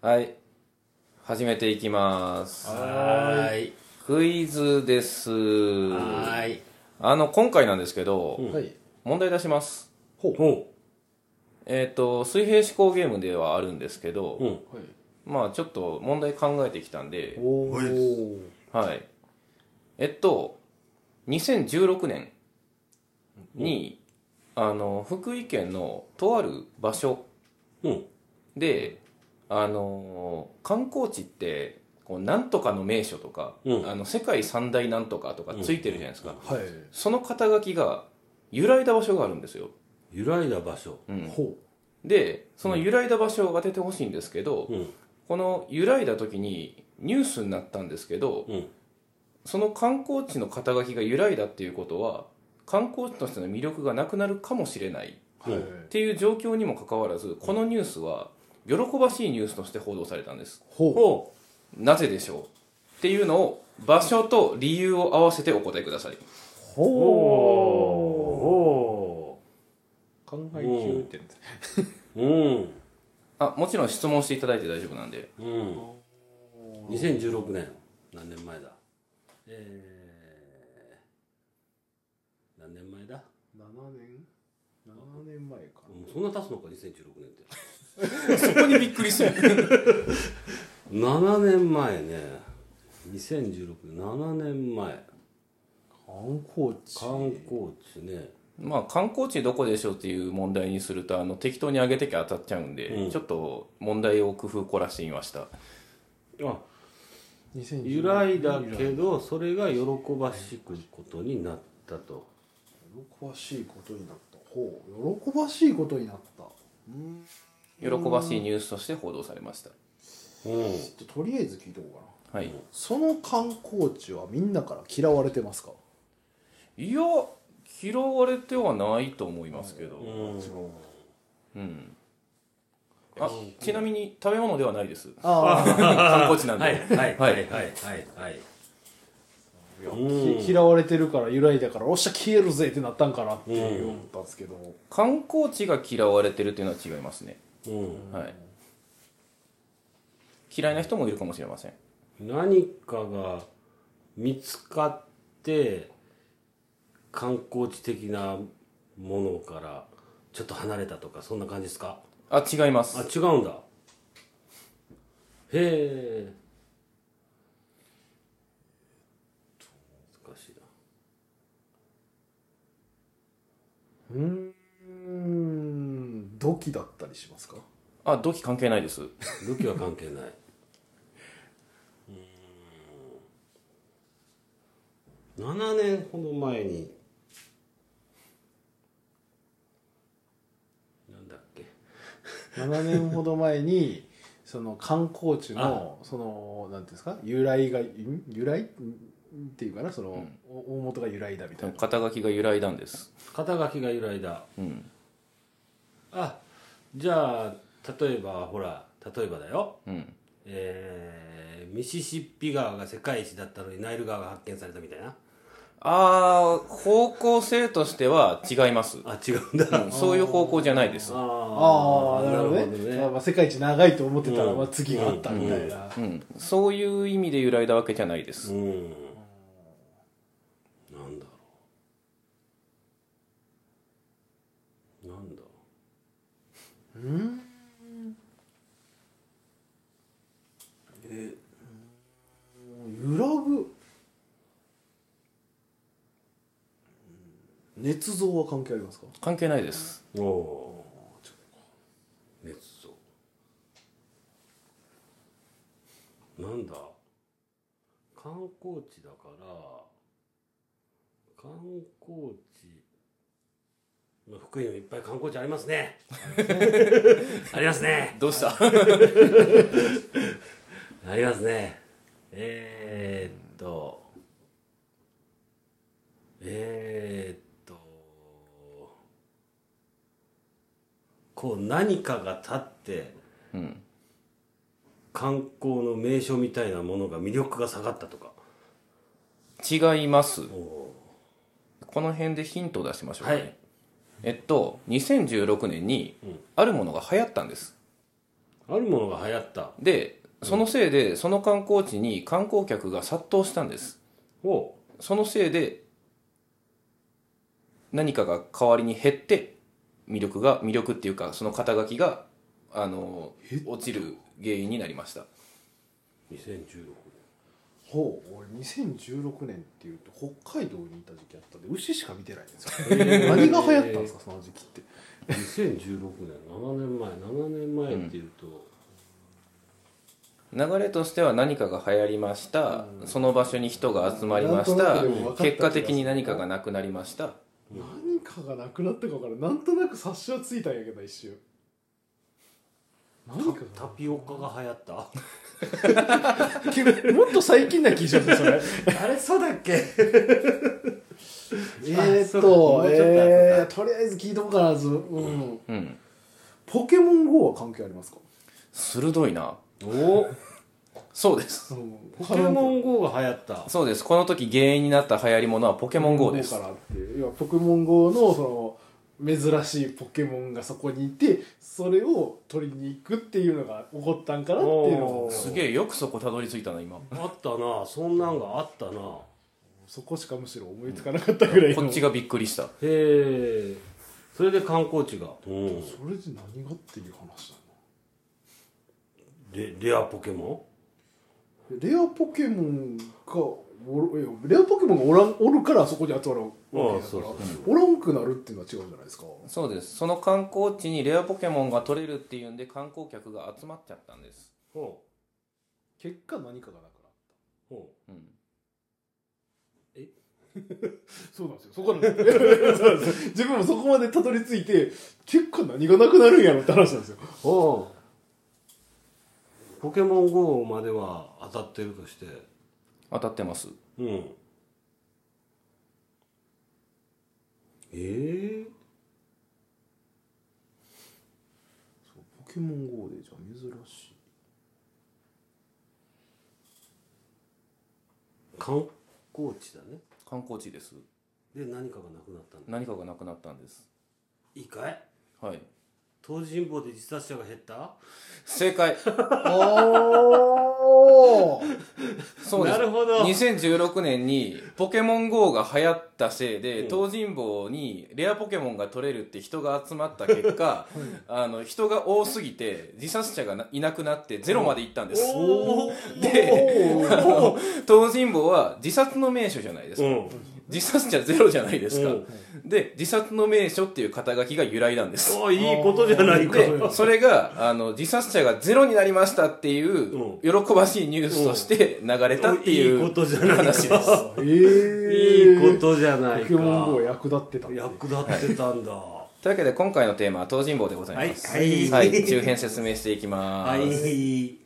はい。始めていきます。はーい。クイズです。はーい。あの、今回なんですけど、はい。問題出します。ほう。ほえっ、と、水平思考ゲームではあるんですけど、うん。まあちょっと問題考えてきたんで、おー。はい。えっと、2016年に、あの、福井県のとある場所うん。で、あの、観光地って、こう、なんとかの名所とか、うんあの、世界三大なんとかとかついてるじゃないですか。はい。その肩書きが、揺らいだ場所があるんですよ。揺らいだ場所。うんほで、その揺らいだ場所を当ててほしいんですけど、うん。この揺らいだ時にニュースになったんですけど、うん。その観光地の肩書きが揺らいだっていうことは観光地としての魅力がなくなるかもしれないっう。はい。ていう状況にもかかわらずこのニュースは喜ばしいニュースとして報道されたんですほ。ほなぜでしょうっていうのを場所と理由を合わせてお答えくださいうう。ほほう。考え中ってやつ。う。うん。あもちろん質問していただいて大丈夫なんでうん。2016年。何年前だえー。何年前だ7年 ?7 年前かもうそんな経つのか、2016年って。そこにびっくりする7年前ね。2016年、7年前。観光地。観光地ね。まあ観光地どこでしょうっていう問題にするとあの適当に上げてきゃ当たっちゃうんで、うんちょっと問題を工夫凝らしてみましたあ、 2016由来だけどそれが喜ばしくことになったと喜ばしいことになった。ほう。喜ばしいことになった。うん。喜ばしいニュースとして報道されましたうんちょっととりあえず聞いとこうかな。はい、その観光地はみんなから嫌われてますかいや嫌われてはないと思いますけど、うんうんあちなみに食べ物ではないです あ観光地なんで、はいはいははいいはいはいはいあ、うんき嫌われてるから由来だからおっしゃ消えるぜってなったんかなって思ったんですけど、観光地が嫌われてるっていうのは違いますね、うんはい、嫌いな人もいるかもしれません何かが見つかって観光地的なものからちょっと離れたとかそんな感じですかあ違いまあす違うんだへえ難しいなうーん土器だったりしますかあ土器関係ないです武器は関係ないうーん7年ほど前になんだっけ7年ほど前にその観光地のそのなんていうんですか由来がん由来んっていうかなその、お大元が由来だみたいな、肩書きが由来なんです肩書きが由来だうんあじゃあ例えばほら例えばだようんえーミシシッピ川が世界一だったのにナイル川が発見されたみたいなああ方向性としては違います、あ違うんだ、うんそういう方向じゃないですああなるほどねあまあ、世界一長いと思ってたら、うんまあ、次があったみたいな、うん、そういう意味で由来だわけじゃないです、うんなんだろうなんだろ揺らぐ捏造は関係ありますか関係ないですうおおー熱造なんだ観光地だから観光地まあ福井にもいっぱい観光地ありますねありますねどうしたありますね。えー、っと、えー、っと、こう何かが立って、うん観光の名所みたいなものが魅力が下がったとか。違いますおこの辺でヒントを出しましょうか、ねはいえっと2016年にあるものが流行ったんです、あるものが流行ったでそのせいでその観光地に観光客が殺到したんですほそのせいで何かが代わりに減って魅力が魅力っていうかその肩書きがあの落ちる原因になりましたう2016ほう俺2016年っていうと北海道にいた時期あったんで牛しか見てないんですよ年何が流行ったんですかその時期って2016年7年前7年前っていうと、流れとしては何かが流行りました、その場所に人が集まりましなんたとなくでも分かった気がする結果的に何かがなくなりました何かがなくなったかからんなんとなく察しはついたんやけど一瞬何かタタピオカが流行ったが もっと最近な気じゃんそれあれそうだっけ えーっとーっとええー、とりあえず聞いとこうかなず、うん、うんポケモン GO は関係ありますか、鋭いなおそうですポポケモン GO が流行ったそうですこの時原因になった流行りものはポケモン GO ですからっていう要はポケモン GO のその珍しいポケモンがそこにいてそれを取りに行くっていうのが起こったんかなっていうのおをーすげえよくそこたどり着いたな今あったなそんなんがあったなそこしかむしろ思いつかなかったぐらいの、こっちがびっくりしたへえそれで観光地が、うん、それで何がっていう話だレレアポケモなレアポケモンがおろいやレアポケモンがおらんおるからあそこに集まるわけだああそかうらそうおらんくなるっていうのは違うじゃないですかそうですその観光地にレアポケモンが取れるっていうんで観光客が集まっちゃったんです、ンほ結果何かがなくなったうほうん、そうなんですよそこなんですよ自分もそこまでたどり着いて結果何がなくなるんやろって話なんですようほうポケモン GO までは当たってるとして当たってますうんええポケモン GO でじゃあ珍しい観光地だね観光地ですで何かがなくなったんだ何かがなくなったんですいいかいはい東尋坊で自殺者が減った正 解おーそうですなるほど2016年にポケモン GO が流行ったせいで、うん東尋坊にレアポケモンが取れるって人が集まった結 果、あの人が多すぎて自殺者がないなくなってゼロまで行ったんです、おお であの東尋坊は自殺の名所じゃないですうか、ん自殺者ゼロじゃないですか、うんで自殺の名所っていう肩書きが由来なんですおーいいことじゃないかあーいいでそれがあの自殺者がゼロになりましたっていう喜ばしいニュースとして流れたっていいいうことじゃないか話ですいえ ーいことじゃないポかケモン GO 役立ってた役立ってたんといだうわけで今回のテーマは東尋坊でございますはいははいい、中編説明していきます、い